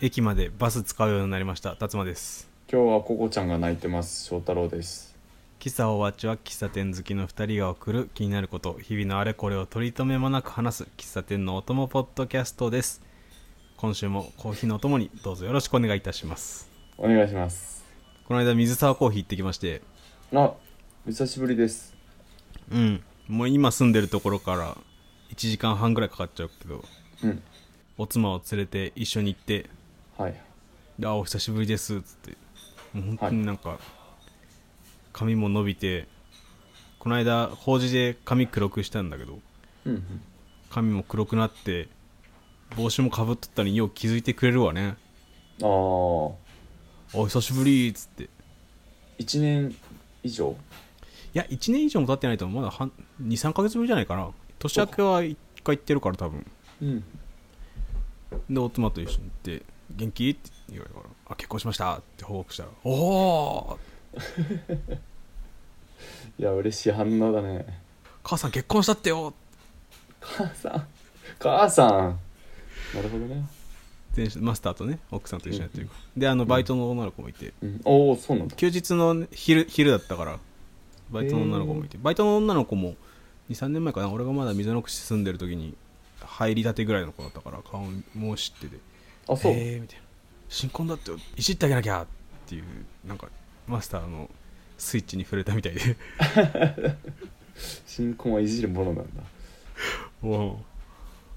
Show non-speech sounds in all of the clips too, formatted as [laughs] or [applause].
駅までバス使うようになりました辰馬です今日はココちゃんが泣いてます翔太郎です喫茶おわっちは喫茶店好きの2人が送る気になること日々のあれこれを取り留めもなく話す喫茶店のお供ポッドキャストです今週もコーヒーのお供にどうぞよろしくお願いいたしますお願いしますこの間水沢コーヒー行ってきましてあ久しぶりですうんもう今住んでるところから1時間半ぐらいかかっちゃうけどうんお妻を連れて一緒に行ってはいで「あお久しぶりです」っつってもう本当になんか、髪も伸びてこの間法事で髪黒くしたんだけどうん髪も黒くなって帽子もかぶっとったのによう気づいてくれるわね「ああお久しぶり」っつってい1年以上や1年以上も経ってないと思うまだ23ヶ月ぶりじゃないかな年明けは1回行ってるから多分うんでお妻と一緒に行って「元気?」って言われたから「あ結婚しました」って報告したら「おおいや嬉しい反応だね母さん結婚したってよ」母さん母さんなるほどね、前職マスターとね奥さんと一緒にやってるからであのバイトの女の子もいて、うん、おおそうなんだ休日の昼昼だったからバイトの女の子もいて、バイトの女の子も23年前かな俺がまだ溝の口住んでる時に入りたてぐらいの子だったから顔も知っててあそう、えーみたいな新婚だっていじってあげなきゃっていうなんかマスターのスイッチに触れたみたいで新婚はいじるものなんだも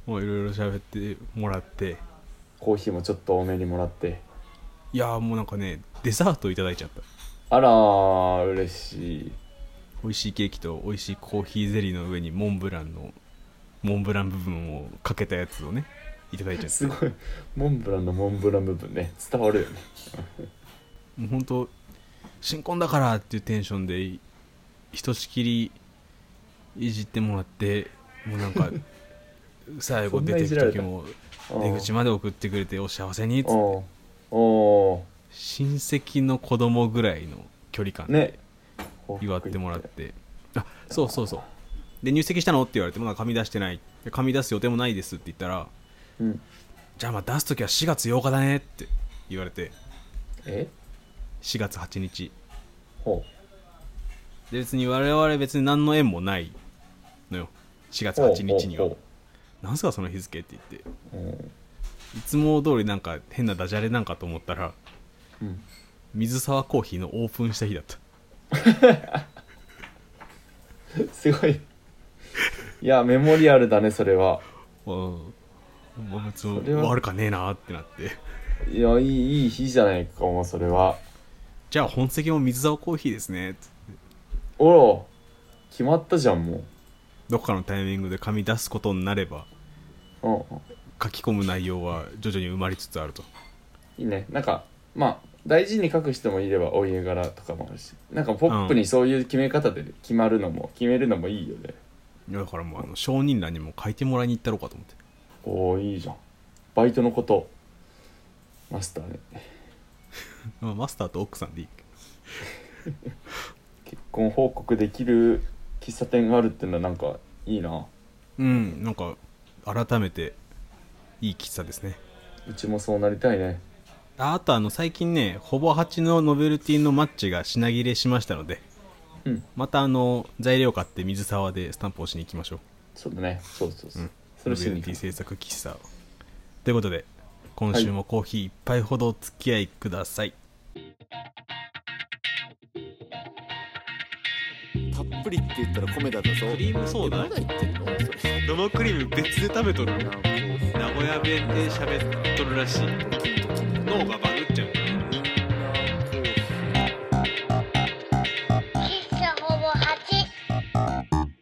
うもういろいろ喋ってもらってコーヒーもちょっと多めにもらっていやーもうなんかねデザートいただいちゃったあらー嬉しい美味しいケーキと美味しいコーヒーゼリーの上にモンブランのモンブラン部分をかけたやつをねいただいちゃってすごいモンブランのモンブラン部分ね伝わるよねもう本当新婚だからっていうテンションでいひとしきりいじってもらってもうなん [laughs] か最後出てく時も出口まで送ってくれてお幸せにっつっておお親戚の子供ぐらいの距離感でね祝ってもらってあそうそうそうで入籍したのって言われてまだ紙出してないで紙出す予定もないですって言ったらうんじゃあまあ出す時は4月8日だねって言われてえ4月8日ほで別に我々別に何の縁もないのよ4う月8日にはほう何すかその日付って言ってほうほういつも通りなんか変なダジャレなんかと思ったらうん水沢コーヒーのオープンした日だったうんすごいいやメモリアルだねそれはうんまあ別にそれは悪かねえなってなっていやいいいい日じゃないかもそれはじゃあ本籍も水沢コーヒーですねっておろ決まったじゃんもどっかのタイミングで紙出すことになればう、うん、書き込む内容は徐々に埋まりつつあるといいねなんかまあ大事に書く人もいればお家柄とかもあるしなんかポップにそういう決め方で決まるのも、決めるのもいいよねいやだからもうあの証人欄にも書いてもらいに行ったろうかと思っておおいいじゃんバイトのことマスターねまあマスターと奥さんでいいけど結婚報告できる喫茶店があるっていうのはなんかいいなうんなんか改めていい喫茶ですねうちもそうなりたいねああとあの最近ねほぼ8のノベルティのマッチが品切れしましたのでうんまたあの材料買って水沢でスタンプをしに行きましょうそうだねそうそうそう、うんそノれベしルにテ行ィく制作喫茶をということで今週もコーヒー一杯ほどお付き合いください、たっぷりって言ったら米田だぞクリームソーダえまだ言ってるのそれ生クリーム別で食べとるなんかこう名古屋弁で喋っとるらしい脳がバグっちゃう喫茶ほぼ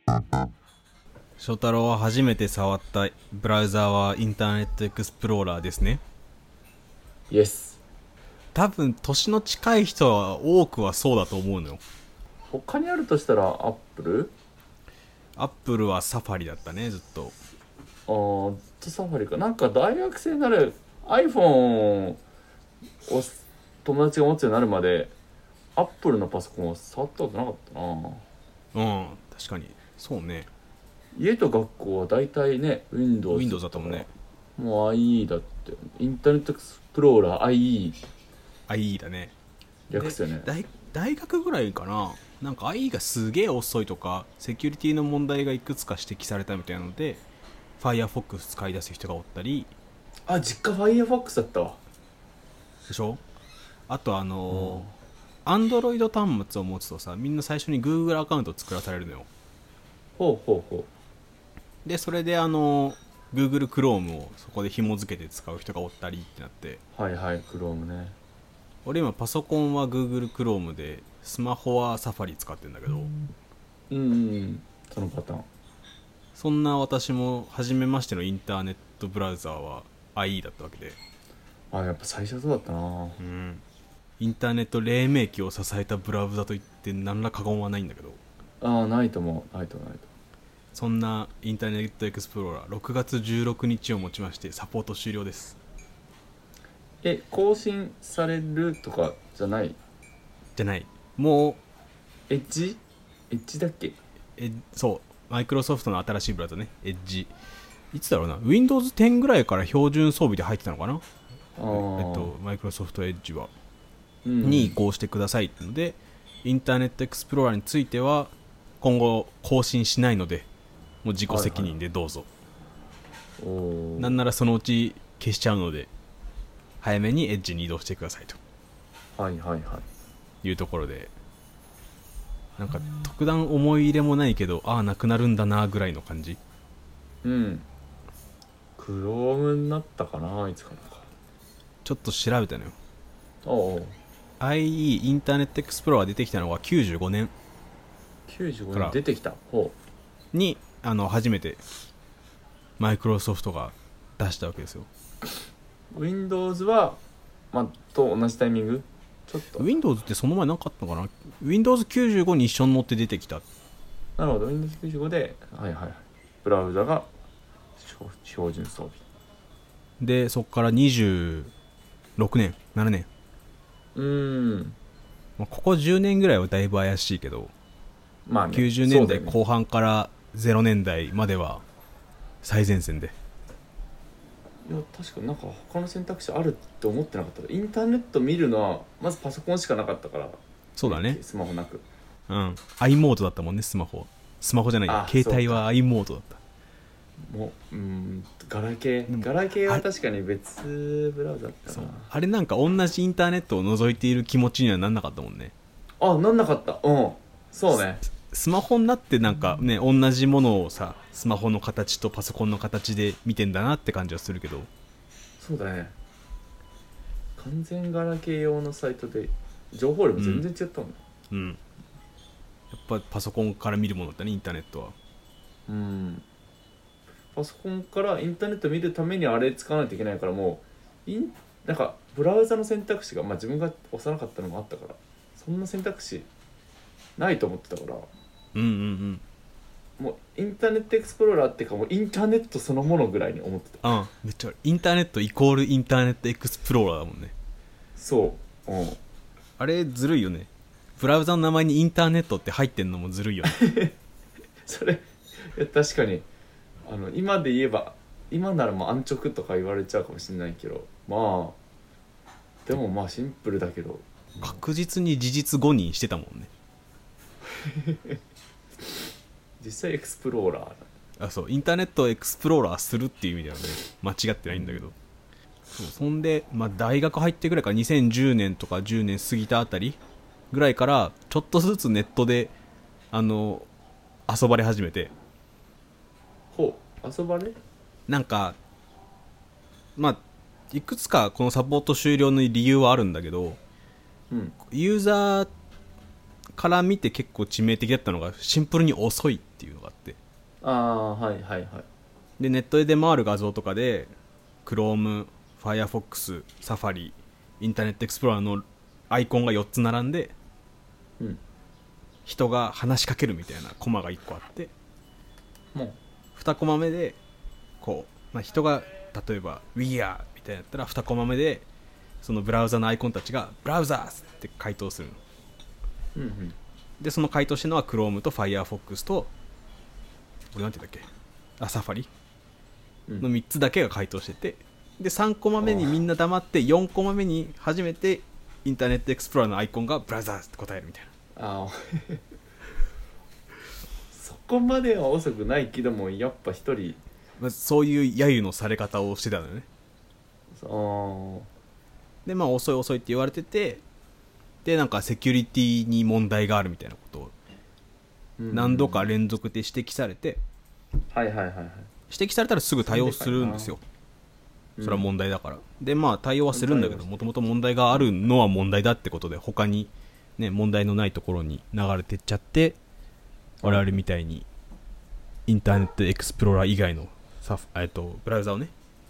8。翔太郎は初めて触ったブラウザーはインターネットエクスプローラーですねイエス多分年の近い人は多くはそうだと思うのよ他にあるとしたらアップルアップルはサファリだったねずっとあーずっとサファリかなんか大学生になる iPhone を友達が持つようになるまでアップルのパソコンは触ったことなかったなうん確かにそうね家と学校は大体ね Windows Windows だったもんねもう IE だっってインターネットエクスプローラー IE あいいだね略すよね大大学ぐらいかななんか IE がすげえ遅いとかセキュリティの問題がいくつか指摘されたみたいなので Firefox 使い出す人がおったりあ実家 Firefox だったわでしょあとあのー Android 端末を持つとさみんな最初に Google アカウントを作らされるのよほうほうほでそれであのー Google Chrome をそこで紐付けて使う人がおったりってなってうはいはい Chrome ね俺今パソコンは Google Chrome でスマホは Safari 使ってんだけど、うんうんうんそのパターンそんな私も初めましてのインターネットブラウザーは IE だったわけで、あやっぱ最初そうだったなうん、インターネット黎明期を支えたブラウザといって何ら過言はないんだけどああないと思うないと思うないとそんなインターネットエクスプローラー6月16日をもちましてサポート終了ですえ更新されるとかじゃないじゃないもうエッジエッジだっけえそうマイクロソフトの新しいブラウザねエッジいつだろうな Windows 10ぐらいから標準装備で入ってたのかなあえーっとマイクロソフトエッジはうんに移行してくださいってので、インターネットエクスプローラーについては今後更新しないのでもう自己責任でどうぞ、おーなんならそのうち消しちゃうので早めにエッジに移動してくださいとはいはいはいいうところでなんか特段思い入れもないけどああなくなるんだなぐらいの感じうんクロームになったかないつからかちょっと調べたのよああ IE インターネットエクスプローラー出てきたのが95年95から年出てきたほにあの初めてマイクロソフトが出したわけですよう Windows はまあと同じタイミングちょっと Windows ってその前なんかあったのかな Windows95 に一緒に乗って出てきたなるほど Windows95 ではいはいはいブラウザが標標準装備でそっから26年7年、うーんまあ、ここ10年ぐらいはだいぶ怪しいけどまあ、ね、 90年そ代うだよね後半から0年代までは最前線でいや確かになんか他の選択肢あるって思ってなかったインターネット見るのはまずパソコンしかなかったからそうだねスマホなくうん i モードだったもんねスマホスマホじゃないやあ携帯は i モードだったもううーんガラケでもーガラケーあはれ確かに別ブラウザだったそうなあれなんか同じインターネットを覗いている気持ちにはなんなかったもんねあなんなかったうんそうねスマホになってなんかね同じものをさスマホの形とパソコンの形で見てんだなって感じはするけどそうだね完全ガラケー用のサイトで情報量も全然違ったもんねうんやっぱパソコンから見るものだったねインターネットはうん、パソコンからインターネット見るためにあれ使わないといけないからもうインなんかブラウザの選択肢が、まあ、自分が幼かったのもあったからそんな選択肢ないと思ってたからうんうんうんもうインターネットエクスプローラーっていうかもうインターネットそのものぐらいに思ってたあめっちゃあるインターネットイコールインターネットエクスプローラーだもんねそう、うん、あれずるいよねブラウザの名前にインターネットって入ってんのもずるいよねそれい [laughs] や確かにあの今で言えば今ならもう安直とか言われちゃうかもしれないけどまあでもまあシンプルだけど確実に事実誤認してたもんね実際エクスプローラーあそうインターネットをエクスプローラーするっていう意味ではね間違ってないんだけどそうそんで、まあ、大学入ってぐらいから2010年とか10年過ぎたあたりぐらいからちょっとずつネットであの遊ばれ始めてほう遊ばれなんかまあいくつかこのサポート終了の理由はあるんだけどうんユーザーから見て結構致命的だったのがシンプルに遅いっていうのがあってああはいはいはいでネットで出回る画像とかで Chrome、Firefox、Safari、インターネットエクスプローラーのアイコンが4つ並んでうん人が話しかけるみたいなコマが1個あっても2コマ目でこう、まあ、人が例えば「We are」みたいなやったら2コマ目でそのブラウザのアイコンたちが「ブラウザーズ!」って回答するのううんうんでその回答してるのは Chrome と Firefox とこれなんて言うんだっけあサファリうんの3つだけが回答してて、で3コマ目にみんな黙って4コマ目に初めてインターネットエクスプローラーのアイコンが「ブラザーズ」って答えるみたいなああ [laughs] そこまでは遅くないけどもやっぱ一人まあ、そういう揶揄のされ方をしてたのよねあーでまあ遅い遅いって言われててでなんかセキュリティに問題があるみたいなことをうん何度か連続で指摘されてはいはいはいはい指摘されたらすぐ対応するんですようそれんは問題だから、でまあ対応はするんだけど対応もともと問題があるのは問題だってことで他にね問題のないところに流れてっちゃって我々みたいにインターネットエクスプローラー以外のサフ、えっと、ブラウザをね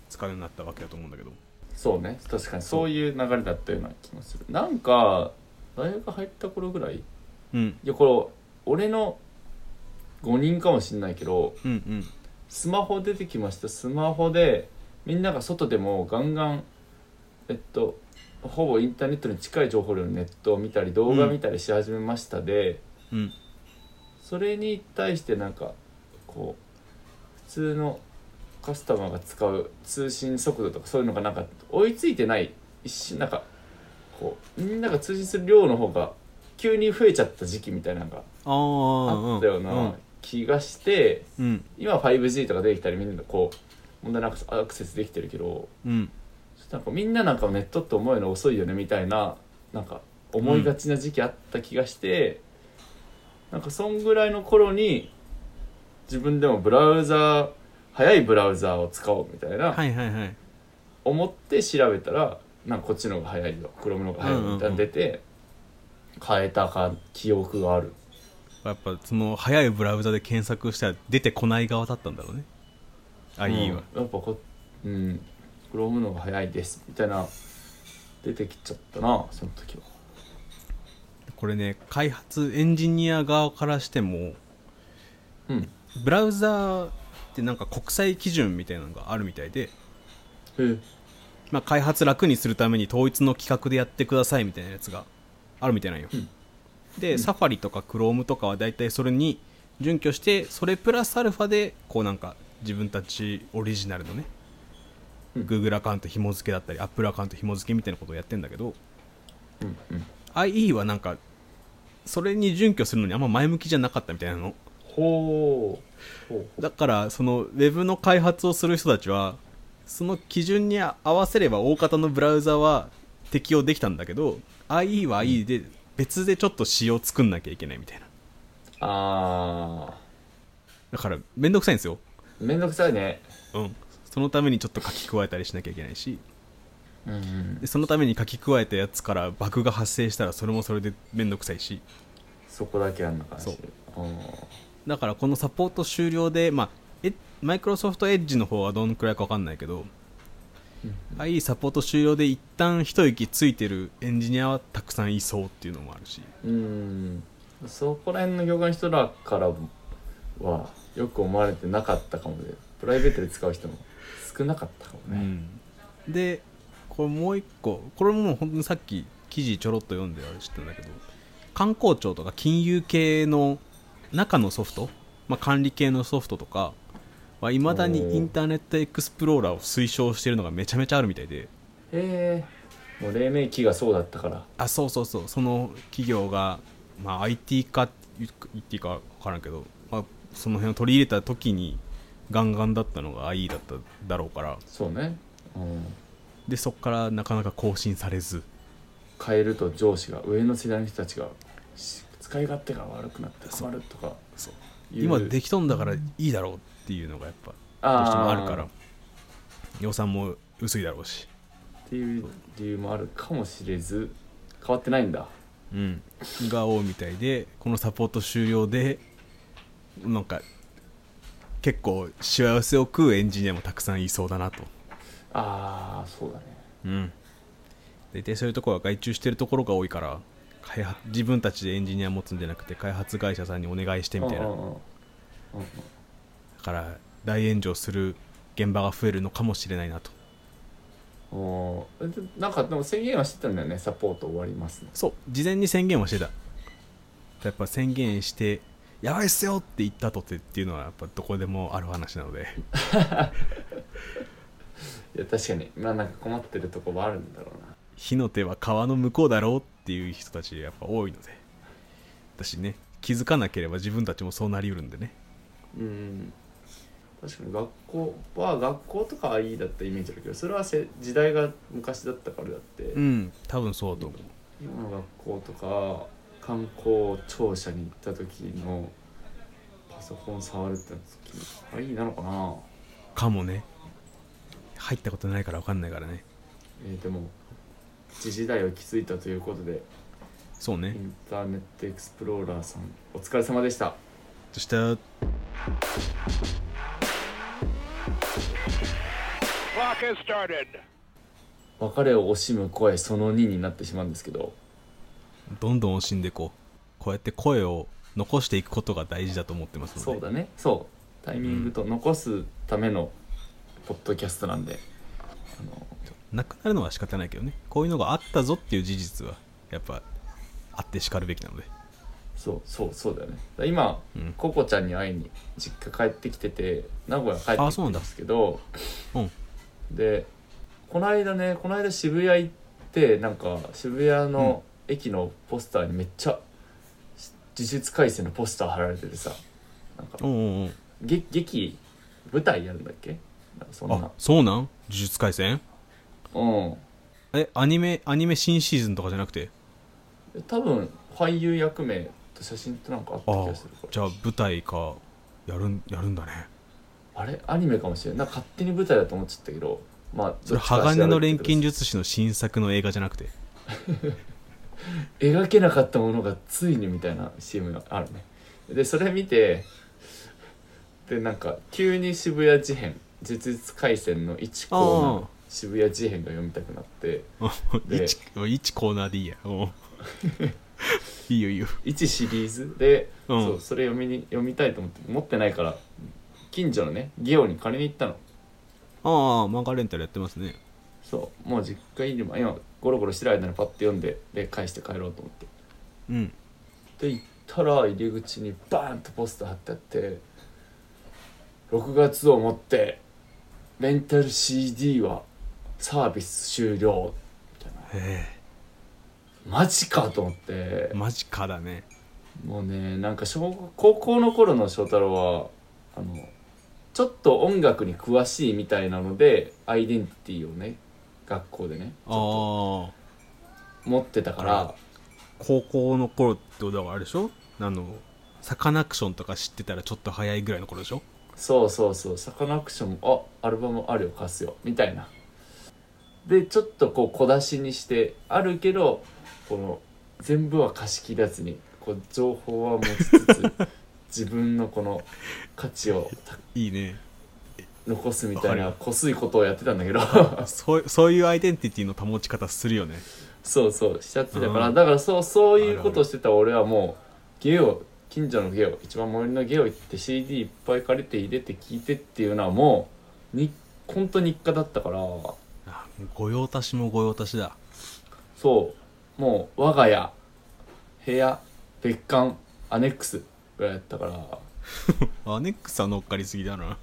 使うようになったわけだと思うんだけどそうね確かにそういう流れだったような気もするなんか大学入った頃ぐらいいうんやこれ俺の5人かもしんないけどうんうんスマホ出てきましたスマホでみんなが外でもガンガンえっとほぼインターネットに近い情報量のネットを見たり動画見たりし始めましたで、うんそれに対してなんかこう普通のカスタマーが使う通信速度とかそういうのがなんか追いついてない一瞬なんかこうみんなが通信する量の方が急に増えちゃった時期みたいなのがあああったような気がしてうん今 5G とかできたりみんなこう問題なくアクセスできてるけどうんちょっとなんかみんななんかネットって思うの遅いよねみたいななんか思いがちな時期あった気がして、なんかそんぐらいの頃に自分でもブラウザー早いブラウザーを使おうみたいな、はいはいはい思って調べたらなんかこっちの方が早いよ Chrome の方が早いよみたいなの出て、変えたか記憶があるやっぱその早いブラウザで検索したら出てこない側だったんだろうねあ、いいわうんやっぱこうんクロームの方が早いですみたいな出てきちゃったなその時はこれね開発エンジニア側からしてもうんへブラウザーってなんか国際基準みたいなのがあるみたいで、えまあ、開発楽にするために統一の企画でやってくださいみたいなやつがあるみたいなんよ、うんで、うんサファリとかクロームとかは大体それに準拠してそれプラスアルファでこうなんか自分たちオリジナルのね、うん Google アカウント紐付けだったり Apple アカウント紐付けみたいなことをやってんだけど、うんうん IE はなんかそれに準拠するのにあんま前向きじゃなかったみたいなのほうほうだからそのウェブの開発をする人たちはその基準に合わせれば大方のブラウザは適用できたんだけど IE は IE で別でちょっと仕様作んなきゃいけないみたいなあだからめんどくさいんですよーめんどくさいねうんそのためにちょっと書き加えたりしなきゃいけないしうんうんでそのために書き加えたやつからバグが発生したらそれもそれでめんどくさいしそこだけあんな感じそうあーだからこのサポート終了でまあえマイクロソフトエッジの方はどのくらいか分かんないけどうんあいいサポート終了で一旦一息ついてるエンジニアはたくさんいそうっていうのもあるしうんそこら辺の業界の人らからはよく思われてなかったかもねプライベートで使う人も少なかったかもね、でこれもう一個これも本当にさっき記事ちょろっと読んであれ知ったんだけど観光庁とか金融系の中のソフト、まあ、管理系のソフトとかはいまだおにーインターネットエクスプローラーを推奨してるのがめちゃめちゃあるみたいでへえもう黎明期がそうだったからあそうそうそうその企業が、まあ、IT 化って言うか言っていいか分からんけど、まあ、その辺を取り入れた時にガンガンだったのが IE だっただろうからそうね、うん、でそこからなかなか更新されず変えると上司が上の世代の人たちがし使い勝手が悪くなって困るとかそういう今できとんだからいいだろうっていうのがやっぱどうしてもああーるから予算も薄いだろうし、っていう理由もあるかもしれず変わってないんだうん、が多いみたいでこのサポート終了でなんか結構しわ寄せを食うエンジニアもたくさんいそうだなと。ああそうだねうん、大体そういうところは外注してるところが多いから開発自分たちでエンジニア持つんじゃなくて開発会社さんにお願いしてみたいなうだんうんうんうんうんから大炎上する現場が増えるのかもしれないなとおーでなんかでも宣言はしてたんだよねサポート終わりますねそう事前に宣言はしてたやっぱ宣言してやばいっすよって言ったとてっていうのはやっぱどこでもある話なのでいや確かにまあなんか困ってるとこはあるんだろうな火の手は川の向こうだろうっていう人たちやっぱ多いので私ね気づかなければ自分たちもそうなりうるんでねうん確かに学校は学校とかはいいだったイメージあるけどそれはせ時代が昔だったからだって、うん多分そうだと思う今の学校とか観光庁舎に行った時のパソコン触るってなった時あいいなのかなかもね入ったことないから分かんないからねえーでも次時代を築いたということでそうイねンターネットエクスプローラーさんお疲れ様でしたそしたら Clock has started. 別れを惜しむ声その2になってしまうんですけどどんどん惜しんでこうこうやって声を残していくことが大事だと思ってますのでそうだねそうタイミングと残すためのポッドキャストなんで、あのなくなるのは仕方ないけどねこういうのがあったぞっていう事実はやっぱあってしかるべきなのでそうそうそうだよねだから今、うんココちゃんに会いに実家帰ってきてて名古屋帰ってあきそてうなるんんだですけどうんでこの間ねこの間渋谷行ってなんか渋谷の駅のポスターにめっちゃし呪術廻戦のポスター貼られててさなんかおうんうんげ劇舞台やるんだっけなんかそんなあそうなん呪術廻戦うんえアニメアニメ新シーズンとかじゃなくてで多分俳優役名と写真ってなんかあったああ気がするからじゃあ舞台かやるんやるんだねあれアニメかもしれないなんか勝手に舞台だと思っちゃったけどまあそれどっちかは調べて鋼の錬ください金術師の新作の映画じゃなくて描けなかったものがついにみたいな CM があるねでそれ見てでなんか急に渋谷事変呪術廻戦の1コーナーああの渋谷事変が読みたくなって [laughs] で1コーナーでいいやおう [laughs] いいよいいよ1シリーズで、うんそうそれ読みに読みたいと思って持ってないから近所のねゲオに借りに行ったのああ漫画レンタルやってますねそうもう実家にいる前今ゴロゴロしてる間にパッて読んでで返して帰ろうと思ってうんで行ったら入り口にバーンとポスター貼ってあって「6月をもってレンタル CD はサービス終了」みたいなへマジかと思ってえマジかだねもうねなんか小学高校の頃の翔太郎はあのちょっと音楽に詳しいみたいなのでアイデンティティをね学校でねちああょっと持ってたから高校の頃ってだからあれでしょあのサカナクションとか知ってたらちょっと早いぐらいの頃でしょそうそうそうサカナクションもあアルバムあるよ貸すよみたいなでちょっとこう小出しにしてあるけどこの全部は貸し切らずにこう情報は持ちつ [laughs] つ自分のこの価値をいいね残すみたいわなかこすいことをやってたんだけどそうそういうアイデンティティの保ち方するよねそうそうしちゃってたから、うんだからそうそういあるうあることをしてた俺はもうゲオ近所のゲオ一番森のゲオ行って CD いっぱい借りて入れて聞いてっていうのはもうに本当日課だったからあ御用達も御用達だそうもう我が家部屋別館アネックスぐらいやったからアネックスは乗っかりすぎだな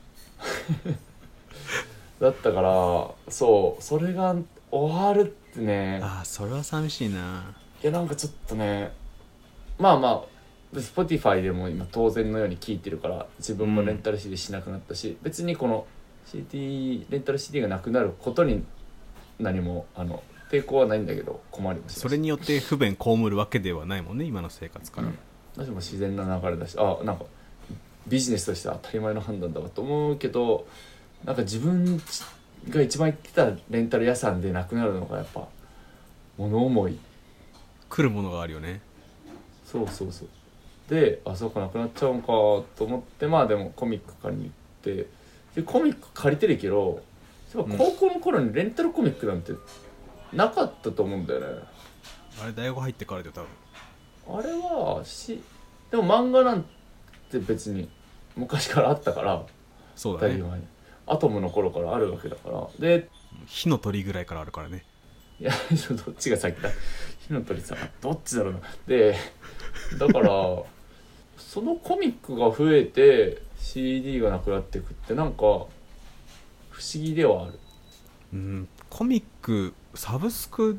だったからそうそれが終わるってねあーそれは寂しいないやなんかちょっとねまあまあ Spotify でも今当然のように聴いてるから自分もレンタル CD しなくなったし、別にこの CD レンタル CD がなくなることに何もあの抵抗はないんだけど困りますそれによって不便被るわけではないもんね今の生活から、うん私も自然な流れだしあなんかビジネスとしては当たり前の判断だわと思うけどなんか自分が一番行ってたレンタル屋さんでなくなるのがやっぱ物思い来るものがあるよねそうそうそうであそうかなくなっちゃうんかと思ってまあでもコミック借りに行ってでコミック借りてるけどそういえば高校の頃にレンタルコミックなんてなかったと思うんだよね、あれ大学入ってからだよ多分あれはしでも漫画なんて別に昔からあったからそうだ大ね学前にアトムの頃からあるわけだからで火の鳥ぐらいからあるからねいや [laughs] どっちが先だ火の鳥さんどっちだろうなでだからそのコミックが増えて CD がなくなってくってなんか不思議ではあるうんコミックサブスク、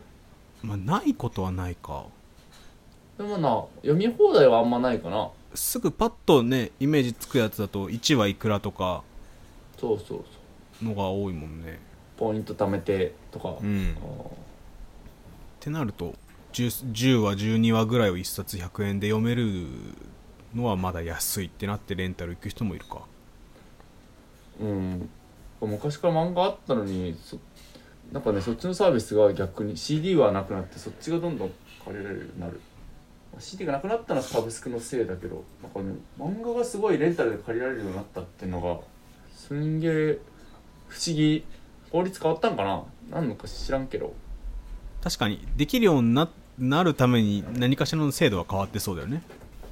まあ、ないことはないかでもな読み放題はあんまないかなすぐパッとねイメージつくやつだと1はいくらとかそうそうそうのが多いもんねポイント貯めてとか、うんあーってなると 10, 10話12話ぐらいを1冊100円で読めるのはまだ安いってなってレンタル行く人もいるかうん、昔から漫画あったのにそなんかねそっちのサービスが逆に CD はなくなってそっちがどんどん借りられるようになる CD がなくなったのはサブスクのせいだけどなんか、ね、漫画がすごいレンタルで借りられるようになったっていうのがすんげえ不思議法律変わったんかな何のか知らんけど確かにできるようにななるために何かしらの制度は変わってそうだよね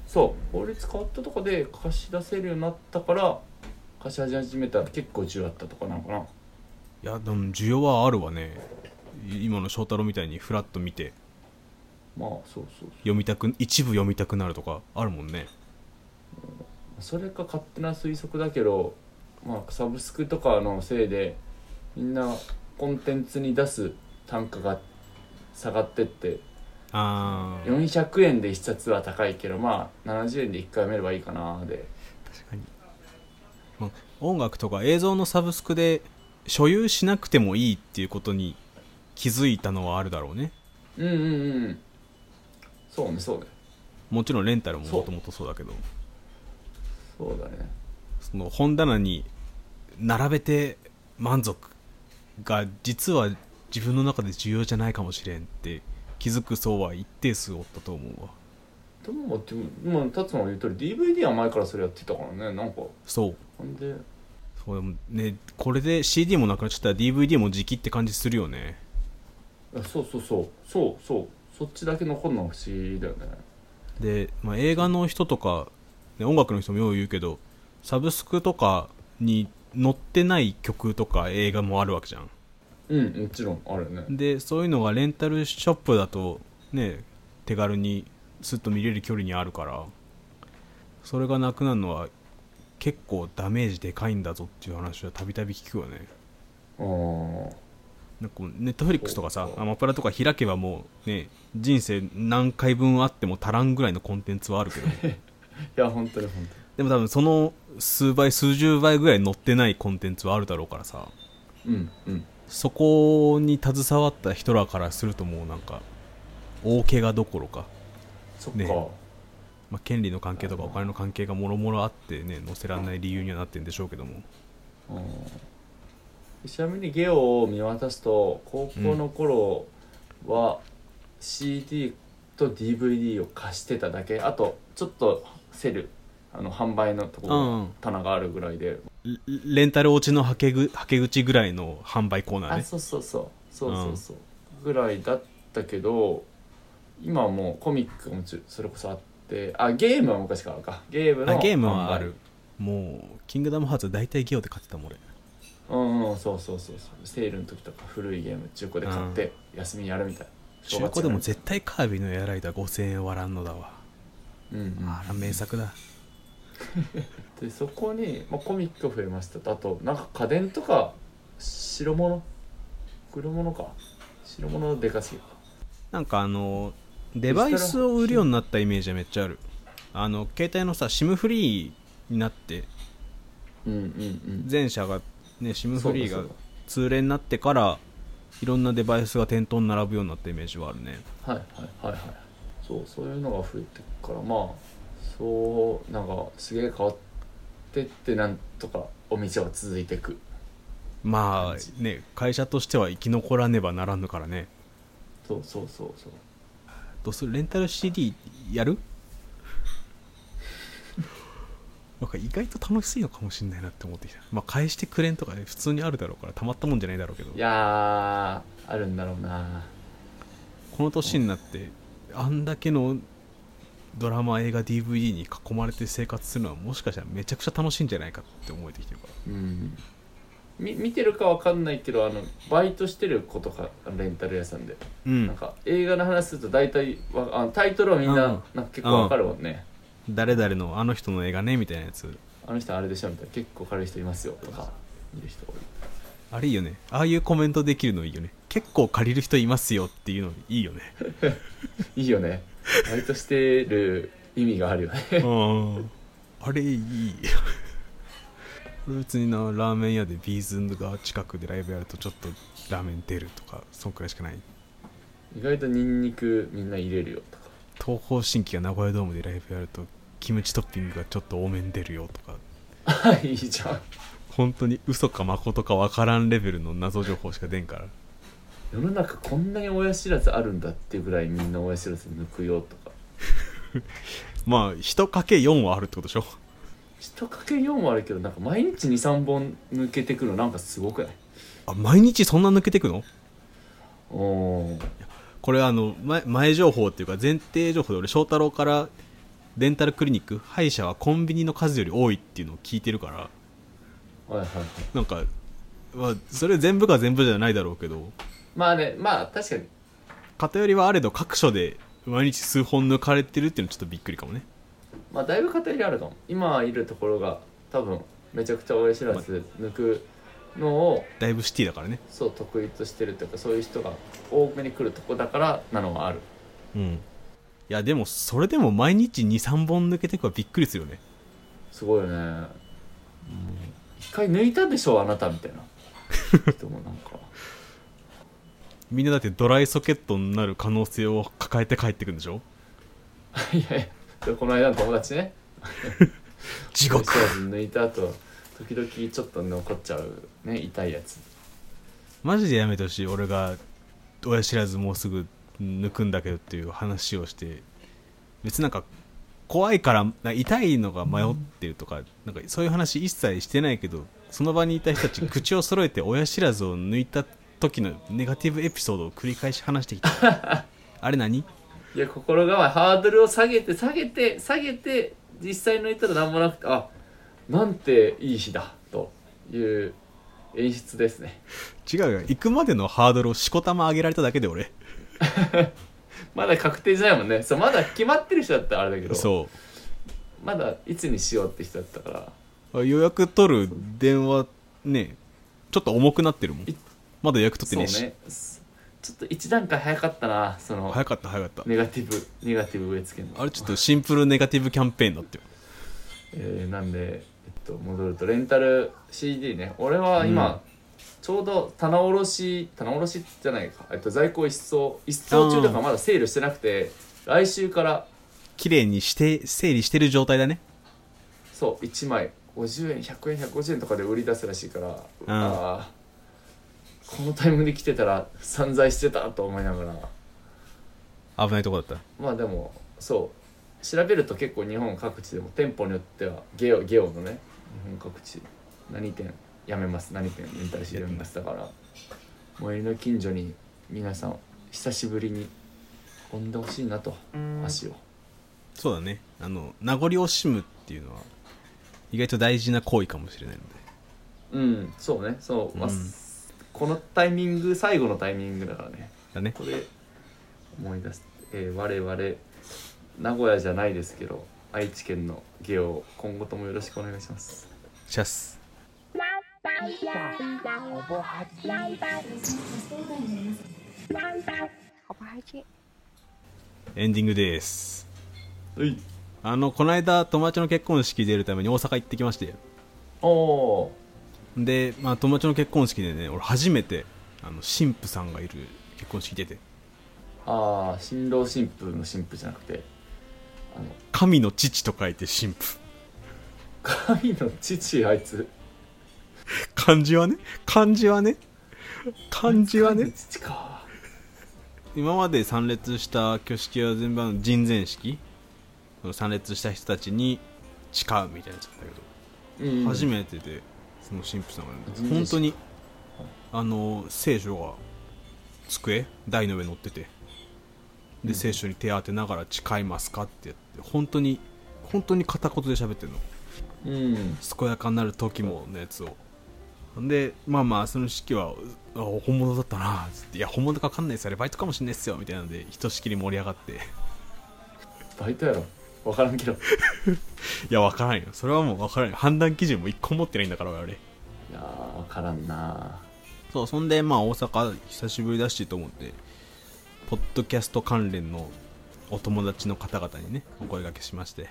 そう法律変わったとかで貸し出せるようになったから貸し始めたら結構重要だったとかなのかないやでも需要はあるわねい今の翔太郎みたいにフラッと見てまあそうそうそう読みたく一部読みたくなるとかあるもんねそれか勝手な推測だけど、まあ、サブスクとかのせいでみんなコンテンツに出す単価が下がってってああ400円で1冊は高いけどまあ70円で1回見ればいいかなで確かに、まあ音楽とか映像のサブスクで所有しなくてもいいっていうことに気づいたのはあるだろうねうんうんうんそうねそうねもちろんレンタルもそうもともとそうだけどそうだねその本棚に並べて満足が実は自分の中で重要じゃないかもしれんって気づく層は一定数おったと思うわでもでも今達馬が言うとり DVD は前からそれやってたからねなんかそうなんでそうでもねこれで CD もなくなっちゃったら DVD も時期って感じするよねあそうそうそうそうそうそっちだけ残るのが不思議だよねで、まあ、映画の人とか、ね、音楽の人もよう言うけどサブスクとかに載ってない曲とか映画もあるわけじゃんうんもちろんあるよねでそういうのがレンタルショップだとね手軽にスッと見れる距離にあるからそれがなくなるのは結構ダメージでかいんだぞっていう話はたびたび聞くよねああなんかネットフリックスとかさそうアマプラとか開けばもうね人生何回分あっても足らんぐらいのコンテンツはある [laughs] けどいや本当に本でも多分その数倍数十倍ぐらい載ってないコンテンツはあるだろうからさ当にうんうんそこに携わった人らからするともうなんか大怪我どころかそっか、ねまあ、権利の関係とかお金の関係がもろもろあってね載せられない理由にはなってるんでしょうけどもうんちなみにゲオを見渡すと高校の頃は CD と DVD を貸してただけあとちょっとセルあの販売のとこうんうろん棚があるぐらいで、レレンタル落ちのはけぐはけ口ぐらいの販売コーナーあねそうそうそうそうそうそう、ぐらいだったけど今はもうコミックもちろんそれこそあってあゲームは昔からかゲームのあゲームはあ販売るもうキングダムハーツは大体ゲオで買ってたもん俺うんうんそうそうそうそうセールの時とか古いゲーム中古で買って休みにやるみたいな中古でも絶対カービィのエアライダー5000円割らんのだわうんうんあら名作だでそこに、まあ、コミックが増えましたとあとなんか家電とか白物黒物か白物のでかすぎるかなんかあのデバイスを売るようになったイメージはめっちゃあるあの携帯のさ SIM フリーになってうんうん前者がね SIM うんフリーそうがだそう通例になってからいろんなデバイスが店頭に並ぶようになったイメージはあるねだはいはいはいはいそうそういうのが増えてくからまあそうなんかすげえ変わってってなんとかお店は続いてくま感あね会社としては生き残らねばならぬからねそうそうそうそうどうするレンタル CD やる [laughs] なんか意外と楽しいのかもしれないなって思ってきたまあ返してくれんとかね普通にあるだろうからたまったもんじゃないだろうけどいやーあるんだろうなこの年になってあんだけのドラマ映画 DVD に囲まれて生活するのはもしかしたらめちゃくちゃ楽しいんじゃないかって思えてきてるからうんみ見てるかわかんないけどあのバイトしてる子とかレンタル屋さんで、うなんんか映画の話すると大体わあのタイトルはみんな,、うんなんか結構わかるもんね、誰々のあの人の映画ねみたいなやつあの人あれでしょみたいな結構軽い人いますよとか見る人多いあれいいよねああいうコメントできるのいいよね結構借りる人いますよっていうのいいよねいいよねバイトしてる意味があるよね [laughs] うんあれいい俺別になラーメン屋でビーズが近くでライブやるとちょっとラーメン出るとかそんくらいしかない意外とニンニクみんな入れるよとか東方神起が名古屋ドームでライブやるとキムチトッピングがちょっと多めに出るよとかあ [laughs] いいじゃん本当に嘘か誠か分からんレベルの謎情報しか出んから世の中こんなに親知らずあるんだっていうぐらいみんな親知らず抜くよとかまあ1かけ4はあるってことでしょ1かけ4もあるけどなんか毎日23本抜けてくるのなんかすごくないあ毎日そんな抜けてくのおおーこれあの前前情報っていうか前提情報で俺翔太郎からデンタルクリニック歯医者はコンビニの数より多いっていうのを聞いてるからはいはいはいなんか、まあ、それ全部が全部じゃないだろうけどまあねまあ確かに偏りはあれど各所で毎日数本抜かれてるっていうのはちょっとびっくりかもねまあだいぶ偏りあるかも今いるところが多分めちゃくちゃ親知らず抜くのをだいぶシティだからねそう得意としてるというかそういう人が多めに来るとこだからなのはあるうんいやでもそれでも毎日23本抜けてくはびっくりするよねすごいよね一回抜いたでしょあなたみたいな [laughs] 人もなんかみんなだってドライソケットになる可能性を抱えて帰ってくるんでしょいやいやこの間の友達ね地親獄知らず抜いた後時々ちょっと残っちゃうね痛いやつマジでやめてほしい俺が親知らずもうすぐ抜くんだけどっていう話をして別になんか怖いからなんか痛いのが迷ってるとか,、なんかそういう話一切してないけどその場にいた人たち口を揃えて親知らずを抜いた時のネガティブエピソードを繰り返し話してきた [laughs] あれ何いや心構えハードルを下げて下げて下げて実際抜いたら何もなくてあなんていい日だという演出ですね違うよ行くまでのハードルをしこたま上げられただけで俺まだ確定じゃないもんねそうまだ決まってる人だったらあれだけどそうまだいつにしようって人だったから予約取る電話ねちょっと重くなってるもんいまだ予約取ってそうねえし、ねすちょっと一段階早かったなその早かった早かったネガティブネガティブ植え付けのあれちょっとシンプルネガティブキャンペーンだってよえーなんで、えっと、戻るとレンタル CD ね俺は今、ちょうど棚卸し棚卸しじゃないか、えっと、在庫一掃一掃中だからまだセールしてなくて来週から綺麗にして整理してる状態だねそう1枚50円100円150円とかで売り出すらしいから、あーこのタイムで来てたら散財してたと思いながら危ないとこだったまあでもそう調べると結構日本各地でも店舗によってはゲオゲオのね日本各地何店やめます何店レンタルしやめますだから最寄りの近所に皆さん久しぶりに飛んでほしいなと足をそうだねあの名残惜しむっていうのは意外と大事な行為かもしれないのでうんそうねそう、まあうんこのタイミング最後のタイミングだからねだねこれ思い出す、えー我々名古屋じゃないですけど愛知県のゲオ今後ともよろしくお願いしますシャスエンディングですはいあのこの間友達の結婚式出るために大阪行ってきましておおで、まあ、友達の結婚式でね俺初めてあの新婦さんがいる結婚式出てーああ新郎新婦の新婦じゃなくてあの神の父と書いて神父神の父あいつ漢字はね漢字はね漢字は神のね父か今まで参列した挙式は全部あの人前式その参列した人たちに誓うみたいなやつだったけど、うん初めてでその神父さんが、人前式本当にあの聖書が机台の上乗っててで聖書に手当てながら誓いますかってやって本当に本当に片言で喋ってるのうん健やかになる時ものやつをでまあまあその式はあ本物だったなつっていや本物か分かんないですあれバイトかもしれないっすよみたいなのでひとしきり盛り上がって [laughs] いバイトやろ分からんけどいや分からんよそれはもう分からんよ判断基準も一個持ってないんだから俺やー分からんなそうそんでまあ大阪久しぶりだしと思ってポッドキャスト関連のお友達の方々にねお声掛けしまして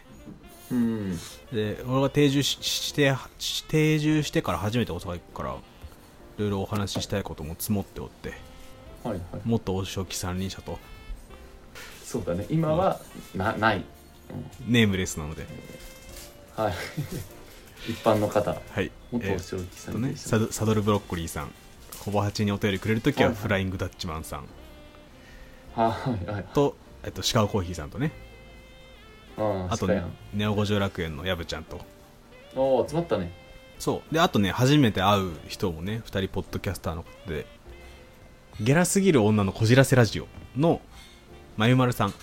うんで俺が定住ししてし定住してから初めて大阪行くからいろいろお話ししたいことも積もっておってはいはい元お仕置き三輪車とそうだね今はなないネームレスなのではい [laughs] 一般の方はい元えおー仕置きさとんねでしたサドサドルブロッコリーさんほぼ八にお便りくれるときははいはいフライングダッチマンさんはいはいはいと,、えっとシカゴコーヒーさんとねうんあと鹿やんネオ五条楽園のやぶちゃんとおお集まったねそうであとね初めて会う人もね2人ポッドキャスターの方でゲラすぎる女のこじらせラジオのまゆまるさん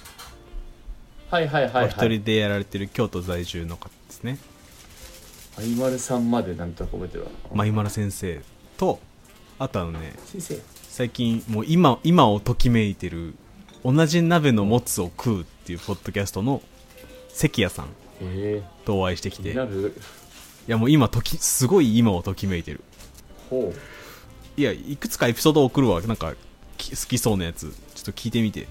はいはいはいはおい一人でやられてる京都在住の方ですねあいまるさんまでなんとなく覚えてるわまゆまる先生とあとあのね先生最近もう今今をときめいてる同じ鍋のもつを食うっていうポッドキャストの関谷さんえとお会いしてきてえ気いになるやもう今ときすごい今をときめいてるほいやいくつかエピソード送るわなんかき好きそうなやつちょっと聞いて [laughs] みて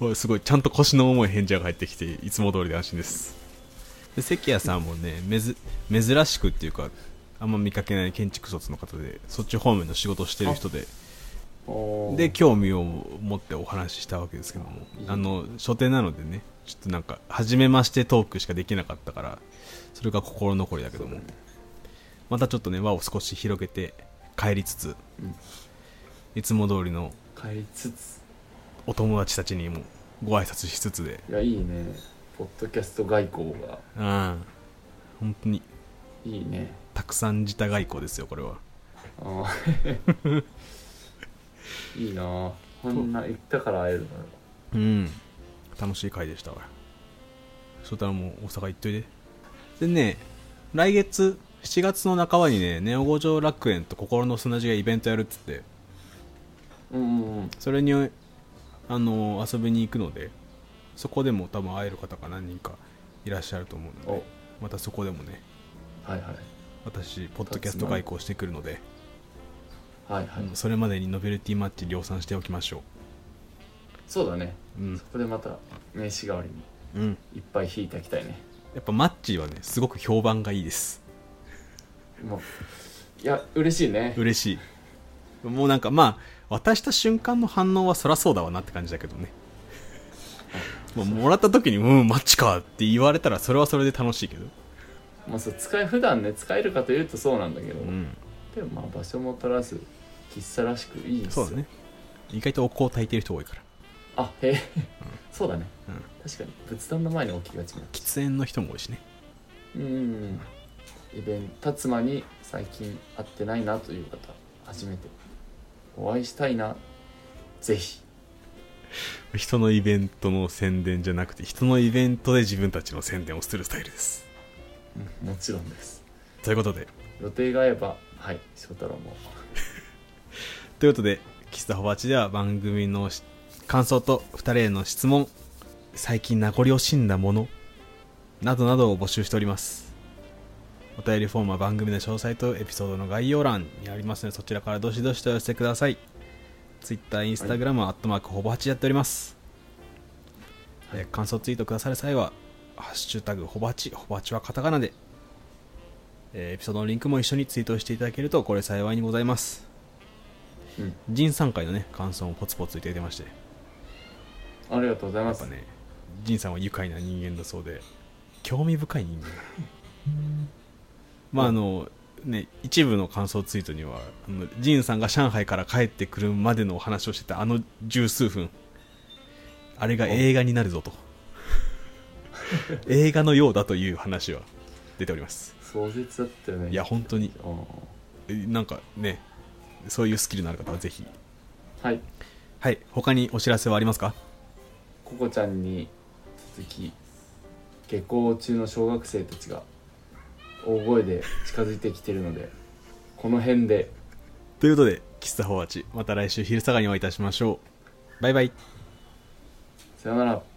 おいすごいちゃんと腰の重い返事が返ってきていつも通りで安心ですで関谷さんもねめず珍しくっていうかあんま見かけない建築卒の方でそっち方面の仕事をしてる人でうおーで興味を持ってお話ししたわけですけどもあの書店なのでねちょっとなんか初めましてトークしかできなかったからそれが心残りだけども、またちょっとね輪を少し広げて帰りつつ、うんいつも通りの帰りつつお友達たちにもご挨拶しつつでいやいいねポッドキャスト外交がうん本当にいいねたくさん自他外交ですよこれはあー [laughs] いいなあこんな行ったから会えるのようん楽しい回でしたわそしたらもう大阪行っといででね来月7月の半ばにねネオ五条楽園と心の砂地がイベントやるっつってうんうんうんそれにあの遊びに行くのでそこでも多分会える方が何人かいらっしゃると思うのでおまたそこでもねはいはい私ポッドキャスト外交してくるので、はいはい、うんそれまでにノベルティマッチ量産しておきましょそうだねううんそこでまた名刺代わりにうんいっぱい引いていきたいねやっぱマッチはねすごく評判がいいですもういや嬉しいね嬉しいもうなんかまあ渡した瞬間の反応はそらそうだわなって感じだけどねもうもらった時に「うんマッチか」って言われたらそれはそれで楽しいけどまあ、そう使い普段ね使えるかというとそうなんだけど、うんでもまあ場所も取らず喫茶らしくいいですそようだね意外とお香焚いてる人多いからあへえ、そうだね、うん確かに仏壇の前に置きがちな喫煙の人も多いしねうんうんうんイベント辰馬に最近会ってないなという方初めてお会いしたいなぜひ人のイベントの宣伝じゃなくて人のイベントで自分たちの宣伝をするスタイルですうんもちろんですということで予定が合えばはい翔太郎もということで喫茶ホバチでは番組のし感想と2人への質問最近名残惜しんだものなどなどを募集しておりますお便りフォームは番組の詳細とエピソードの概要欄にありますのでそちらからどしどしとお寄せください Twitter、Instagram はアットマークほぼ8やっております、えー感想ツイートくださる際は「ハッシュタグほぼ8」ほぼ8はカタカナで、えーエピソードのリンクも一緒にツイートしていただけるとこれ幸いにございますうん仁さん会のね感想もポツポツいただいてましてありがとうございやまっすぱね仁さんは愉快な人間だそうで興味深い人間だなまああのね一部の感想ツイートにはあの仁さんが上海から帰ってくるまでのお話をしてたあの十数分あれが映画になるぞと映画のようだという話は出ております壮絶だったよねいや本当にうんえなんかねそういうスキルのある方はぜひはいはい他にお知らせはありますかココちゃんに続き下校中の小学生たちが大声で近づいてきてるのでこの辺でということで喫茶ホワチまた来週昼下がりにお会いいたしましょうバイバイさよなら